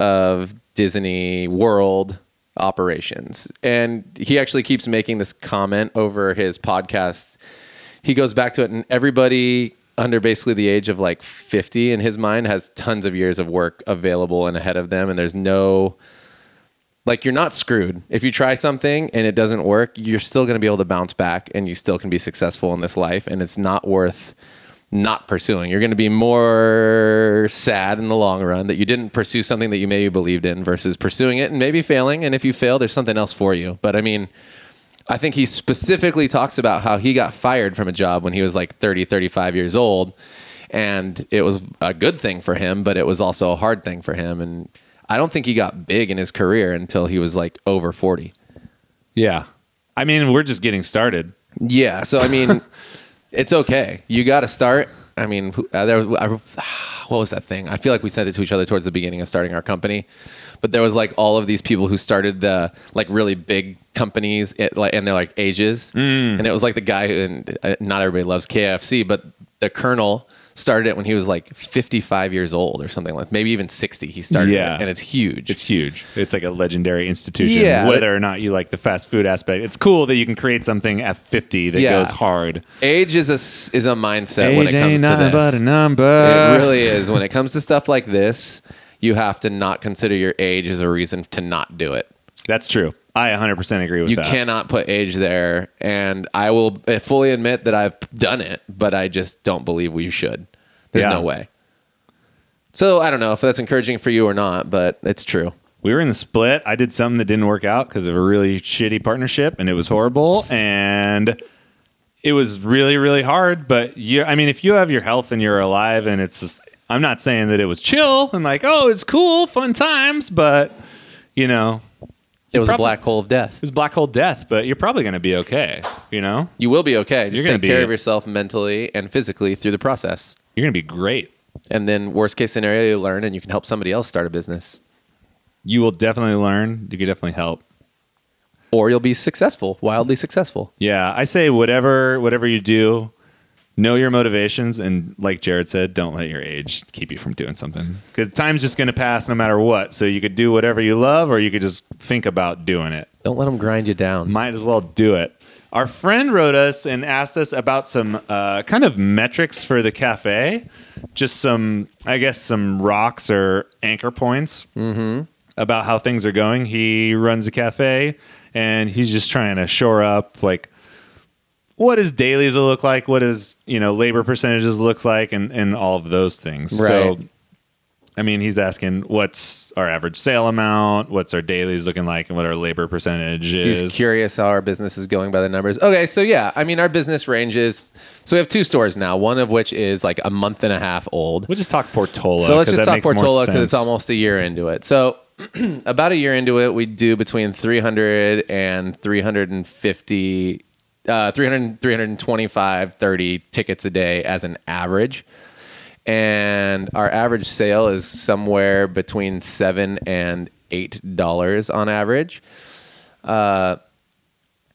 of Disney World operations, and he actually keeps making this comment over his podcast. He goes back to it, and everybody under basically the age of like 50 in his mind has tons of years of work available and ahead of them, and there's no like you're not screwed if you try something and it doesn't work you're still going to be able to bounce back and you still can be successful in this life and it's not worth not pursuing you're going to be more sad in the long run that you didn't pursue something that you maybe believed in versus pursuing it and maybe failing and if you fail there's something else for you but i mean I think he specifically talks about how he got fired from a job when he was like 30, 35 years old. And it was a good thing for him, but it was also a hard thing for him. And I don't think he got big in his career until he was like over 40. Yeah. I mean, we're just getting started. Yeah. So, I mean, it's okay. You got to start. I mean, who- uh, there, was- I, what was that thing? I feel like we sent it to each other towards the beginning of starting our company, but there was like all of these people who started the like really big companies, at, like, and they're like ages, Mm. and it was like the guy who, and uh, not everybody loves KFC, but the Colonel started it when he was like 55 years old or something like, maybe even 60. He started Yeah. it, and it's huge. It's huge. It's like a legendary institution. Yeah. Whether or not you like the fast food aspect, it's cool that you can create something at 50 that Yeah. goes hard. age is a s- is a mindset when it comes to this. number. It really is. When it comes to stuff like this, you have to not consider your age as a reason to not do it. That's true. I 100% agree with You that. cannot put age there. And I will uh, fully admit that I've done it, but I just don't believe we should. There's Yeah. no way. So I don't know if that's encouraging for you or not, but it's true. We were in the split. I did something that didn't work out because of a really shitty partnership and it was horrible. And it was really, really hard. But you, I mean, if you have your health and you're alive and it's just, I'm not saying that it was chill and like, oh, it's cool, fun times, but you know, It was prob- a black hole of death. It's black hole death, but you're probably going to be okay. You know, You will be okay. Just You're gonna take care be- of yourself mentally and physically through the process. you're going to be great. And then, worst case scenario, you learn and you can help somebody else start a business. You will definitely learn. You can definitely help. Or you'll be successful, wildly successful. Yeah, I say whatever whatever you do, know your motivations, and like Jared said, don't let your age keep you from doing something because time's just going to pass no matter what. So you could do whatever you love, or you could just think about doing it. Don't let them grind you down. Might as well do it. Our friend wrote us and asked us about some uh, kind of metrics for the cafe, just some, I guess, some rocks or anchor points. Mm-hmm. about how things are going. He runs a cafe and he's just trying to shore up like what does dailies look like? What does you know labor percentages look like, and and all of those things. So, Right. I mean, he's asking what's our average sale amount, what's our dailies looking like, and what our labor percentage is. He's curious how our business is going by the numbers. Okay, so yeah, I mean, our business ranges. So we have two stores now, one of which is like a month and a half old. We'll just talk Portola. So let's 'cause that just talk makes more Portola because it's sense. almost a year into it. So about a year into it, we do between 300 and 350, uh, 300, 325, 30 tickets a day as an average. And our average sale is somewhere between seven and eight dollars on average.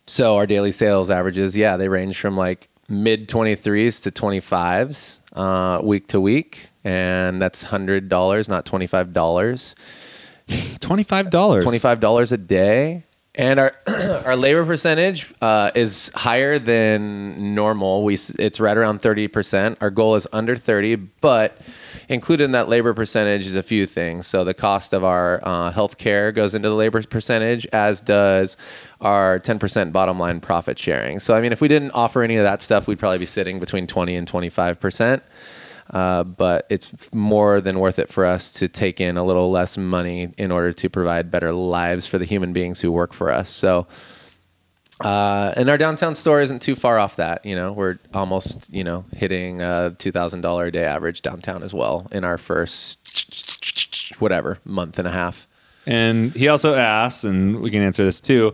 So our daily sales averages, yeah, they range from like mid 23s to 25s uh, week to week. And that's $100, not $25. twenty-five dollars. $25 a day. And our, our labor percentage uh, is higher than normal. We, s- it's right around 30%. Our goal is under 30, but included in that labor percentage is a few things. So the cost of our uh, health care goes into the labor percentage, as does our 10% bottom line profit sharing. So, I mean, if we didn't offer any of that stuff, we'd probably be sitting between 20 and 25% uh, but it's f- more than worth it for us to take in a little less money in order to provide better lives for the human beings who work for us. So, uh, and our downtown store isn't too far off that. You know, we're almost you know hitting a two thousand dollar a day average downtown as well in our first whatever month and a half. And he also asks, and we can answer this too.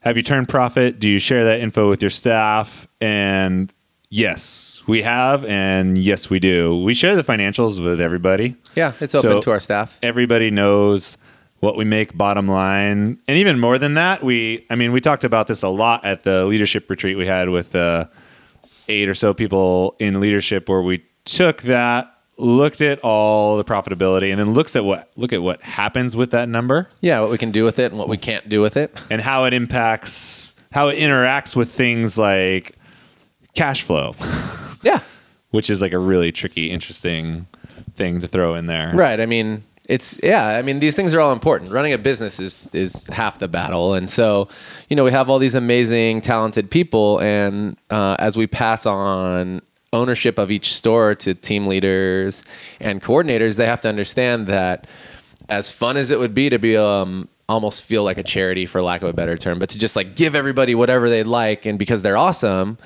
Have you turned profit? Do you share that info with your staff? And yes, we have, and yes, we do. We share the financials with everybody. Yeah, it's open So- to our staff. everybody knows what we make bottom line and even more than that we i mean we talked about this a lot at the leadership retreat we had with uh, eight or so people in leadership where we took that looked at all the profitability and then looks at what look at what happens with that number Yeah, what we can do with it and what we can't do with it. and how it impacts how it interacts with things like cash flow Yeah, which is like a really tricky interesting thing to throw in there Right. I mean, it's yeah. I mean, these things are all important. Running a business is is half the battle, and so you know we have all these amazing, talented people, and uh, as we pass on ownership of each store to team leaders and coordinators, they have to understand that as fun as it would be to be um almost feel like a charity for lack of a better term but to just like give everybody whatever they like and because they're awesome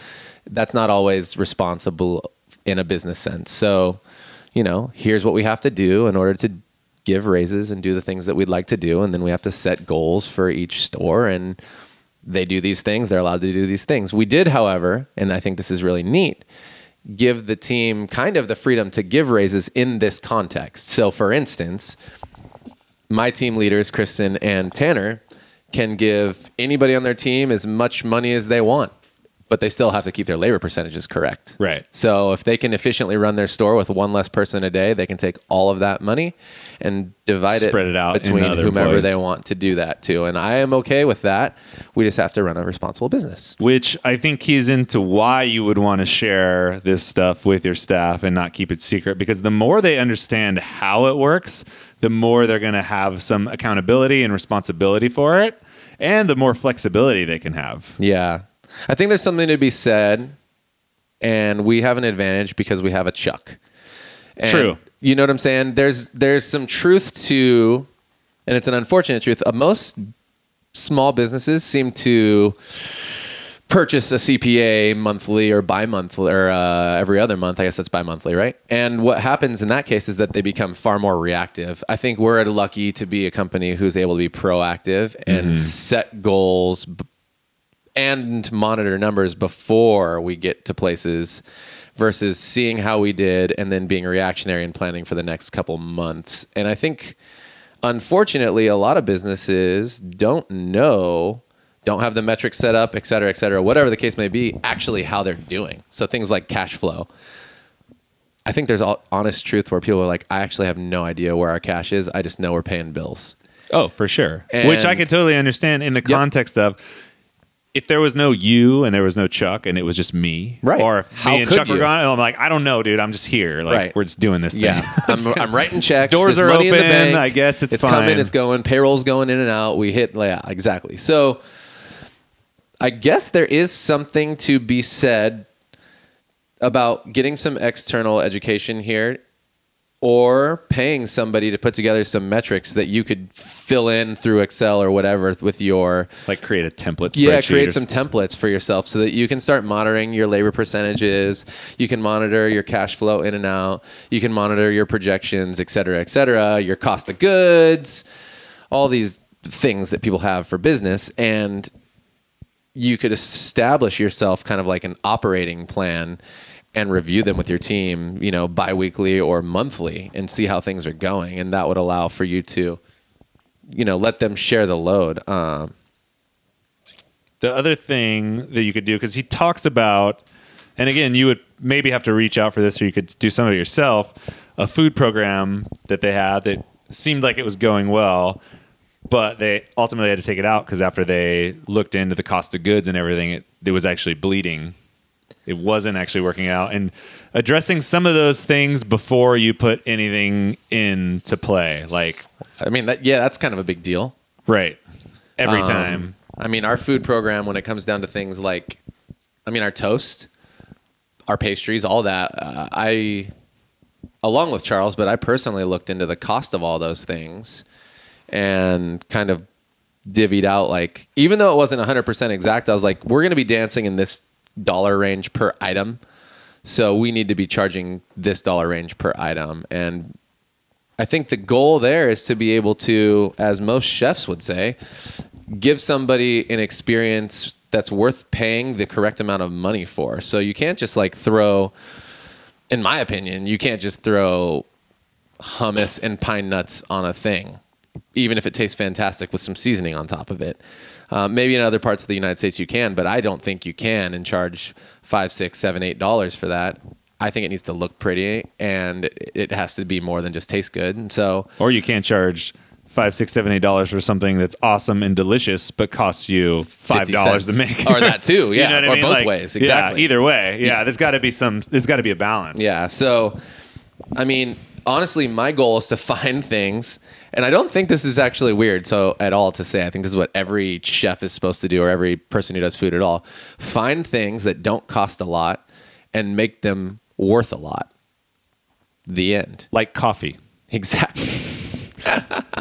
that's not always responsible in a business sense so you know, here's what we have to do in order to give raises and do the things that we'd like to do. And then we have to set goals for each store. And they do these things, they're allowed to do these things. We did, however, and I think this is really neat, give the team kind of the freedom to give raises in this context. So, for instance, my team leaders, Kristen and Tanner, can give anybody on their team as much money as they want, but they still have to keep their labor percentages correct. Right. So if they can efficiently run their store with one less person a day, they can take all of that money and divide Spread it out in between other whomever employees. they want to do that to. And I am okay with that. We just have to run a responsible business. which I think keys into why you would want to share this stuff with your staff and not keep it secret because the more they understand how it works, the more they're going to have some accountability and responsibility for it and the more flexibility they can have. Yeah. I think there's something to be said, and we have an advantage because we have a Chuck. And True. You know what I'm saying? There's there's some truth to, and it's an unfortunate truth. Uh, most small businesses seem to purchase a CPA monthly or bi-monthly or uh, every other month. I guess that's bi-monthly, right? And what happens in that case is that they become far more reactive. I think we're lucky to be a company who's able to be proactive and set goals b- and monitor numbers before we get to places versus seeing how we did and then being reactionary and planning for the next couple months. And I think unfortunately a lot of businesses don't know don't have the metrics set up, et cetera, et cetera, whatever the case may be, actually how they're doing. So things like cash flow. I think there's all honest truth where people are like, I actually have no idea where our cash is. I just know we're paying bills. Oh, for sure. Which I And- could totally understand in the context of if there was no you and there was no Chuck and it was just me, Right. Or if How me and could Chuck were you? gone, I'm like, I don't know, dude. I'm just here. Like Right. we're just doing this Yeah, thing. I'm, I'm writing checks. Doors There's are money in the open. bank. I guess it's it's fine. coming. It's going. Payroll's going in and out. We hit. Yeah, exactly. So, I guess there is something to be said about getting some external education here, or paying somebody to put together some metrics that you could fill in through Excel or whatever with your like create a template. yeah spreadsheet create or some templates for yourself so that you can start monitoring your labor percentages you can monitor your cash flow in and out you can monitor your projections et cetera et cetera your cost of goods all these things that people have for business and you could establish yourself kind of like an operating plan and review them with your team you know biweekly or monthly and see how things are going and that would allow for you to you know let them share the load um, the other thing that you could do because he talks about and again you would maybe have to reach out for this or you could do some of it yourself a food program that they had that seemed like it was going well but they ultimately had to take it out because after they looked into the cost of goods and everything it, it was actually bleeding it wasn't actually working out and addressing some of those things before you put anything into play like I mean, that, yeah, that's kind of a big deal. right every Um, time I mean, our food program, when it comes down to things like, I mean, our toast, our pastries, all that, uh, I, along with Charles, but I personally looked into the cost of all those things and kind of divvied out, like, even though it wasn't 100% exact, I was like, we're going to be dancing in this dollar range per item. So we need to be charging this dollar range per item. And I think the goal there is to be able to, as most chefs would say, give somebody an experience that's worth paying the correct amount of money for. So you can't just like throw, in my opinion, you can't just throw hummus and pine nuts on a thing, even if it tastes fantastic with some seasoning on top of it. Uh, maybe in other parts of the United States you can, but I don't think you can and charge five, six, seven, eight dollars for that. I think it needs to look pretty and it- it has to be more than just taste good. And so, or you can't charge five, six, seven, eight dollars for something that's awesome and delicious, but costs you five 50 dollars to cents. make, Or that too, yeah, or both ways, yeah, exactly. either way, yeah. There's got to be some. There's got to be a balance. Yeah. So, I mean, honestly, my goal is to find things, and I don't think this is actually weird. So at all to say, I think this is what every chef is supposed to do, or every person who does food at all: find things that don't cost a lot and make them worth a lot. The end. like coffee. Exactly.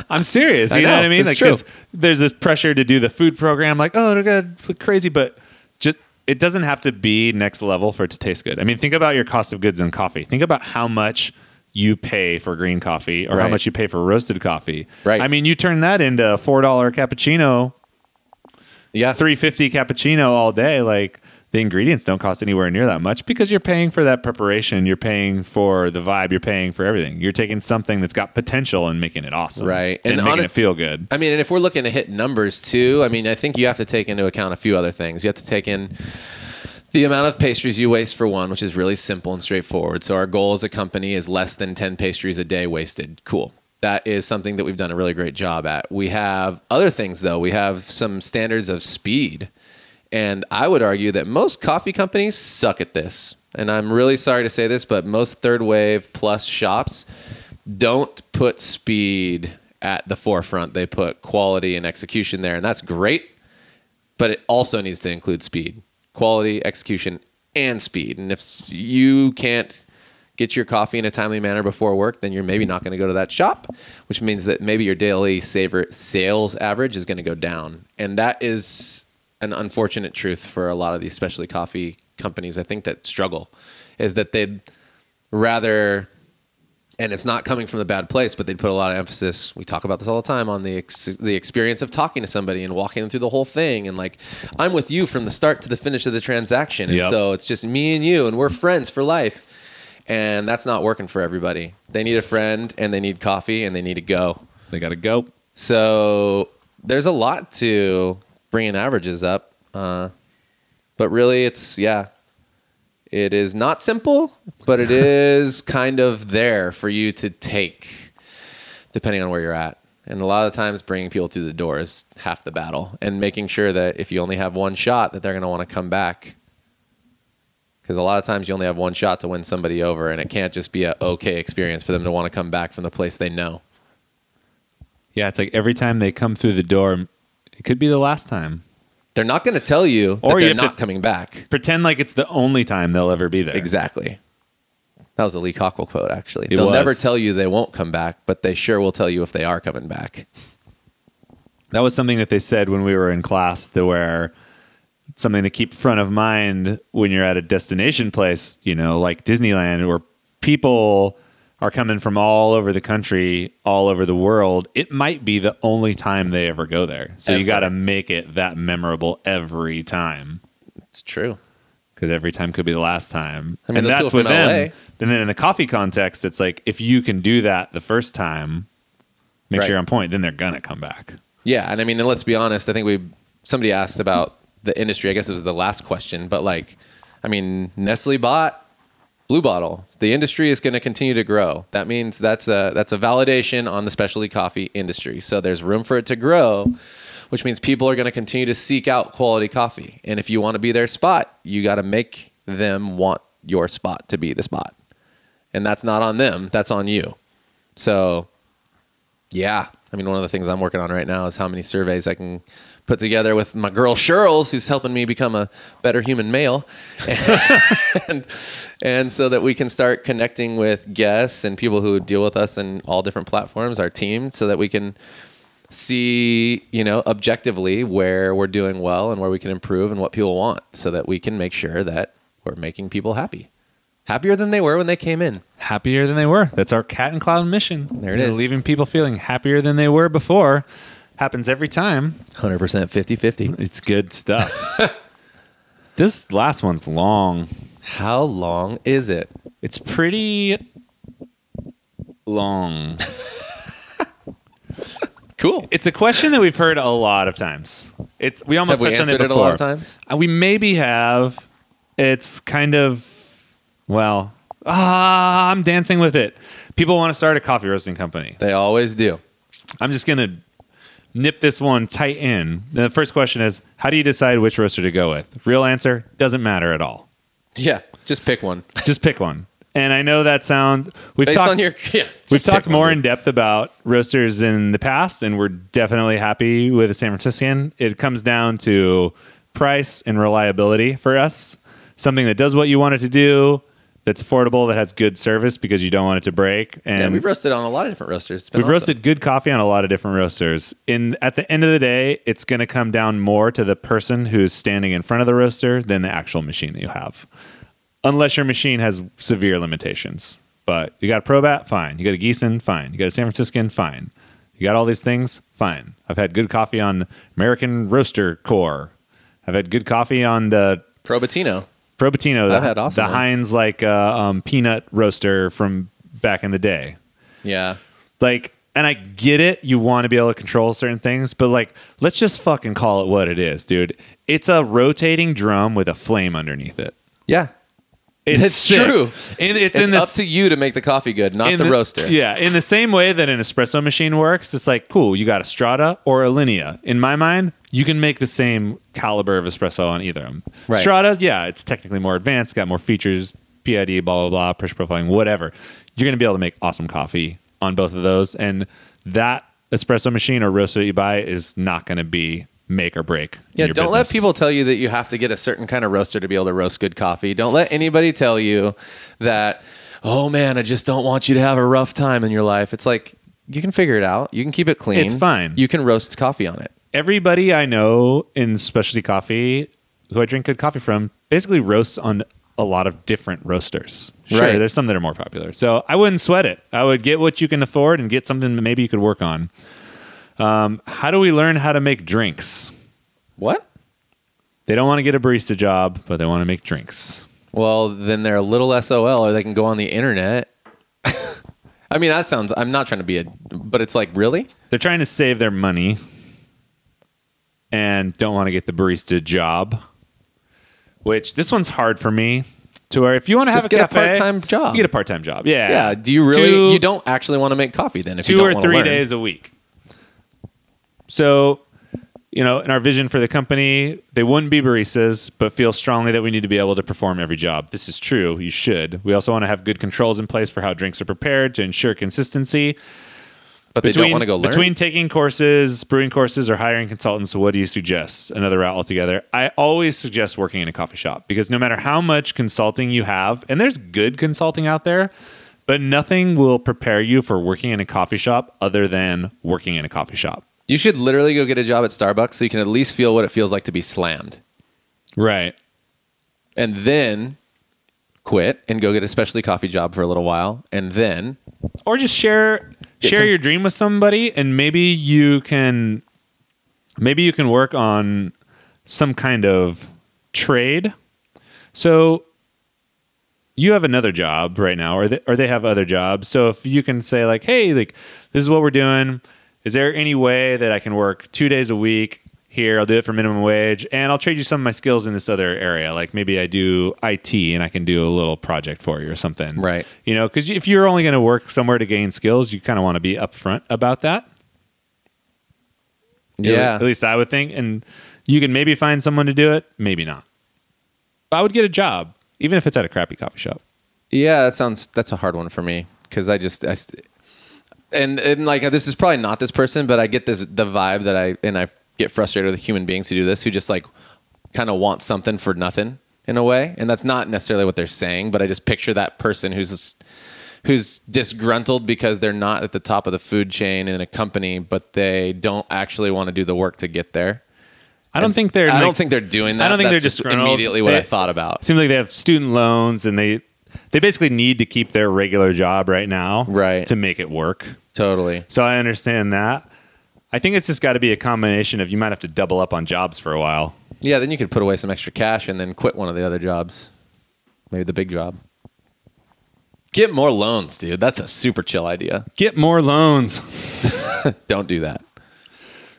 I'm serious. You I know, know, what I mean? it's like true. 'cause there's this pressure to do the food program, like oh, they're good, look crazy, but just. It doesn't have to be next level for it to taste good. I mean, think about your cost of goods on coffee. Think about how much you pay for green coffee or how Right. much you pay for roasted coffee. Right. I mean, you turn that into a $4 cappuccino Yeah. a 350 cappuccino all day like the ingredients don't cost anywhere near that much because you're paying for that preparation you're paying for the vibe you're paying for everything you're taking something that's got potential and making it awesome Right. and, And making hone- it feel good I mean, and if we're looking to hit numbers too, I mean, I think you have to take into account a few other things. You have to take in the amount of pastries you waste for one, which is really simple and straightforward. So our goal as a company is less than 10 pastries a day wasted. Cool. That is something that we've done a really great job at. We have other things though. We have some standards of speed. And I would argue that most coffee companies suck at this. And I'm really sorry to say this, but most third wave plus shops don't put speed at the forefront. They put quality and execution there, and that's great, but it also needs to include speed, quality, execution, and speed. And if s- you can't get your coffee in a timely manner before work, then you're maybe not going to go to that shop, which means that maybe your daily saver sales average is going to go down. And that is an unfortunate truth for a lot of these specialty coffee companies I think that struggle is that they'd rather and it's not coming from the bad place, but they'd put a lot of emphasis. We talk about this all the time on the ex- the experience of talking to somebody and walking them through the whole thing, and like I'm with you from the start to the finish of the transaction, and Yep. so it's just me and you, and we're friends for life. And that's not working for everybody. They need a friend, and they need coffee, and they need to go. they gotta go So there's a lot to bringing averages up, uh, but really, it's yeah, it is not simple, but it is kind of there for you to take, depending on where you're at. And a lot of times, bringing people through the door is half the battle, and making sure that if you only have one shot, that they're going to want to come back. Because a lot of times you only have one shot to win somebody over, and it can't just be a okay experience for them to want to come back from the place they know. Yeah, it's like every time they come through the door, it could be the last time. They're not going to tell you that Or you they're have to- not coming back. Pretend like it's the only time they'll ever be there. Exactly. That was a Lee Cockrell quote, actually. It They'll never was. tell you they won't come back, but they sure will tell you if they are coming back. That was something that they said when we were in class, that where something to keep front of mind when you're at a destination place, you know, like Disneyland, where people are coming from all over the country, all over the world. It might be the only time they ever go there. So Ever. you got to make it that memorable every time. It's true. because every time could be the last time. I mean, and those that's people with from them. LA. And then in the coffee context, it's like if you can do that the first time, make Right. sure you're on point, then they're gonna come back. Yeah, and I mean, and let's be honest. I think we somebody asked about the industry. I guess it was the last question, but like, I mean, Nestle bought Blue Bottle. The industry is going to continue to grow. That means that's a that's a validation on the specialty coffee industry. So there's room for it to grow, which means people are going to continue to seek out quality coffee. And if you want to be their spot, you got to make them want your spot to be the spot. And that's not on them. That's on you. So yeah. I mean, one of the things I'm working on right now is how many surveys I can put together with my girl Shirls, who's helping me become a better human male. and, and so that we can start connecting with guests and people who deal with us in all different platforms, our team, so that we can see, you know, objectively where we're doing well and where we can improve and what people want so that we can make sure that we're making people happy. Happier than they were when they came in. Happier than they were. That's our cat and cloud mission. There it We're is. Leaving people feeling happier than they were before. Happens every time. 100% 50 50. It's good stuff. this last one's long. How long is it? It's pretty long. Cool. It's a question that we've heard a lot of times. It's we almost Have we touched on it answered before. it a lot of times? Uh, We maybe have. It's kind of, well, ah, I'm dancing with it. People want to start a coffee roasting company. They always do. I'm just going to nip this one tight in. The first question is How do you decide which roaster to go with? Real answer doesn't matter at all. Yeah, just pick one Just pick one. And I know that sounds. We've based talked, on your. Yeah, We've just pick talked one, more dude. in depth about roasters in the past, and we're definitely happy with the San Franciscan. It comes down to price and reliability for us. Something that does what you want it to do, that's affordable, that has good service because you don't want it to break. And Yeah, we've, we've roasted on a lot of different roasters. It's been awesome. roasted good coffee on a lot of different roasters. In at the end of the day, it's going to come down more to the person who's standing in front of the roaster than the actual machine that you have, unless your machine has severe limitations. But you got a Probat, fine. You got a Gießen, fine. You got a San Franciscan, fine. You got all these things, fine. I've had good coffee on American Roaster Core. I've had good coffee on the Probatino. Probatino, the, I've had awesome the one. Heinz like uh, um, peanut roaster from back in the day Yeah, like and I get it, you want to be able to control certain things, but like let's just fucking call it what it is, dude. It's a rotating drum with a flame underneath it. yeah. It's That's sick. true. And it's, It's, in up this to you to make the coffee good, not the, in roaster. Yeah, in the same way that an espresso machine works, it's like cool. You got a Strata or a Linea. In my mind, you can make the same caliber of espresso on either of them. Right. Strata, yeah, it's technically more advanced, got more features, PID, blah blah blah, pressure profiling, whatever. You're gonna be able to make awesome coffee on both of those, and that espresso machine or roaster that you buy is not gonna be make or break. in Yeah, your don't business. let people tell you that you have to get a certain kind of roaster to be able to roast good coffee. Don't let anybody tell you that, oh man, I just don't want you to have a rough time in your life. It's like you can figure it out. You can keep it clean. It's fine. You can roast coffee on it. everybody I know in specialty coffee who I drink good coffee from basically roasts on a lot of different roasters. Sure, Right. there's some that are more popular. So I wouldn't sweat it. I would get what you can afford and get something that maybe you could work on. Um, how do we learn how to make drinks? What? They don't want to get a barista job, but they want to make drinks. Well, then they're a little SOL, or they can go on the internet. I mean, that sounds. I'm not trying to be a, but it's like really. They're trying to save their money and don't want to get the barista job. Which this one's hard for me. To where if you want to have Just a get a cafe, part-time job. You get a part time job. Yeah. Yeah. Do you really? Two- you don't actually want to make coffee then. If you two don't or wanna three learn. days a week. So, you know, in our vision for the company, they wouldn't be baristas, but feel strongly that we need to be able to perform every job. This is true. You should. We also want to have good controls in place for how drinks are prepared to ensure consistency. But they don't want to go learn. Between taking courses, brewing courses, or hiring consultants, what do you suggest? Another route altogether. I always suggest working in a coffee shop because no matter how much consulting you have, and there's good consulting out there, but nothing will prepare you for working in a coffee shop other than working in a coffee shop. you should literally go get a job at Starbucks so you can at least feel what it feels like to be slammed, Right. and then quit and go get a specialty coffee job for a little while, and then Or just share share con- your dream with somebody and maybe you can maybe you can work on some kind of trade. So you have another job right now or they, or they have other jobs. So if you can say like, "Hey, like this is what we're doing. Is there any way that I can work 2 days a week here? I'll do it for minimum wage and I'll trade you some of my skills in this other area. Like maybe I do IT and I can do a little project for you or something." Right. You know, cuz if you're only going to work somewhere to gain skills, you kind of want to be upfront about that. yeah, At least I would think. And you can maybe find someone to do it, maybe not. But I would get a job, even if it's at a crappy coffee shop. Yeah, that sounds that's a hard one for me because I just I st- and and like this is probably not this person, but I get this the vibe that I and I get frustrated with human beings who do this who just like kind of want something for nothing in a way, and that's not necessarily what they're saying, but I just picture that person who's who's disgruntled because they're not at the top of the food chain in a company, but they don't actually want to do the work to get there. I don't think they're. I like- don't think they're doing that. I don't think That's they're just disgruntled. immediately what They- I thought about. It seems like they have student loans, and they they basically need to keep their regular job right now, Right. to make it work. Totally. So I understand that. I think it's just got to be a combination of you might have to double up on jobs for a while. Yeah, then you could put away some extra cash and then quit one of the other jobs. Maybe the big job. Get more loans, dude. That's a super chill idea. Get more loans. Don't do that.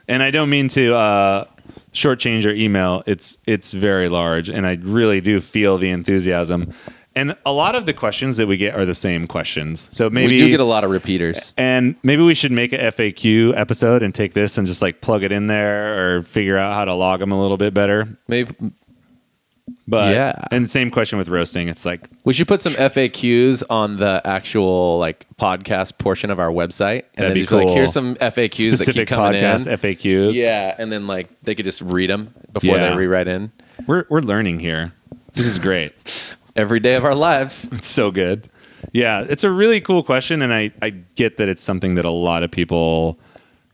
and I don't mean to uh, shortchange your email. It's it's very large, and I really do feel the enthusiasm. And a lot of the questions that we get are the same questions. So maybe we do get a lot of repeaters. and maybe we should make a FAQ episode and take this and just like plug it in there or figure out how to log them a little bit better. Maybe But Yeah. and same question with roasting. It's like we should put some FAQs on the actual like podcast portion of our website. And That'd then be just like, cool. here's some FAQs that keep specific coming podcast in. FAQs. yeah, and then like they could just read them before Yeah. they rewrite in we're we're learning here. This is great. every day of our lives. It's so good. Yeah, it's a really cool question, and I, I get that it's something that a lot of people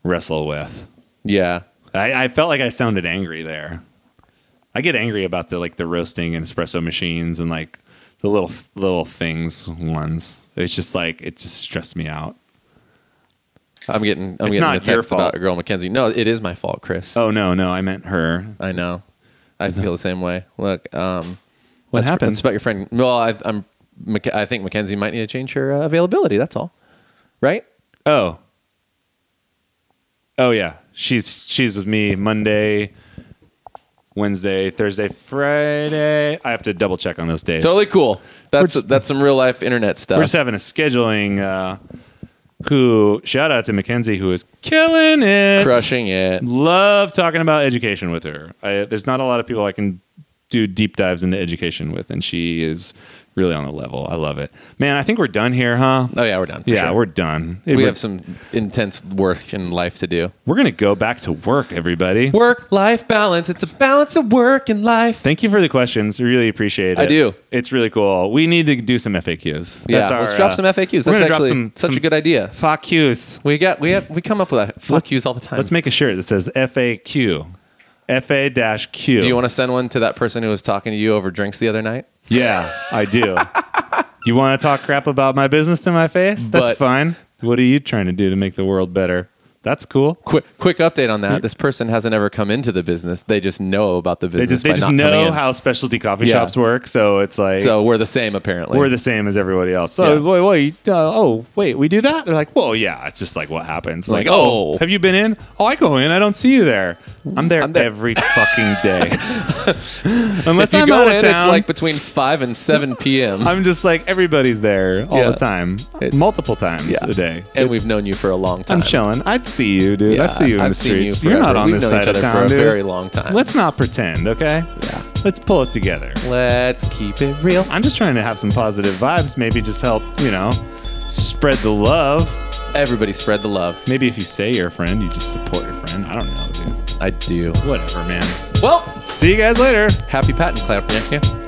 wrestle with. yeah. I, I felt like I sounded angry there. I get angry about the like the roasting and espresso machines and like the little little things ones. It's just like it just stressed me out. I'm getting I'm It's getting not a your text fault. about a girl Mackenzie. No, it is my fault, Chris. Oh no, no, I meant her. I know. I feel the same way. Look, um, What that's, happened? That's about your friend. Well, I, I'm. Mc- I think Mackenzie might need to change her uh, availability. That's all, right? Oh. Oh yeah. She's she's with me Monday, Wednesday, Thursday, Friday. I have to double check on those days. Totally cool. That's We're just- that's some real life internet stuff. We're just having a scheduling. Uh, who shout out to Mackenzie who is killing it, crushing it. Love talking about education with her. I, there's not a lot of people I can do deep dives into education with, and she is really on the level. I love it, man. I think we're done here, huh? Oh yeah, we're done. for yeah, sure. we're done. we we're, have some intense work and life to do. we're gonna go back to work, everybody. Work life balance. It's a balance of work and life. Thank you for the questions. Really appreciate it. I do. It's really cool. We need to do some FAQs. Yeah, That's our, let's drop uh, some FAQs. we're That's gonna drop actually some- such some a good idea. FAQs. We got we have we come up with fuck yous all the time. Let's make a shirt that says FAQ. FA dash Q. do you want to send one to that person who was talking to you over drinks the other night? Yeah, I do. you want to talk crap about my business to my face? That's But- fine. What are you trying to do to make the world better? That's cool. Quick, quick update on that. This person hasn't ever come into the business. They just know about the They business. just they by just not coming know in. how specialty coffee Yeah. shops work, so it's like So we're the same apparently. we're the same as everybody else. So Yeah. wait, wait, uh, oh wait, we do that? They're like, well, yeah, it's just like what happens. Like, oh. have you been in? Oh, I go in. I don't see you there. I'm there, there. every fucking day. Unless if you I'm go out in, of town, it's like between five and seven p.m. I'm just like everybody's there all Yeah. the time, It's- multiple times Yeah. a day. and It's- we've known you for a long time. I'm chilling. I see you, dude. I see you in I've the seen you streets. You are not forever. on We've this known side each of other town, for a dude. very long time. Let's not pretend, okay? Yeah. Let's pull it together. Let's keep it real. I'm just trying to have some positive vibes. Maybe just help, you know, spread the love. Everybody spread the love. Maybe if you say you're a friend, you just support your friend. I don't know, dude. I do. Whatever, man. Well, See you guys later. happy patent clap. Yeah, yeah.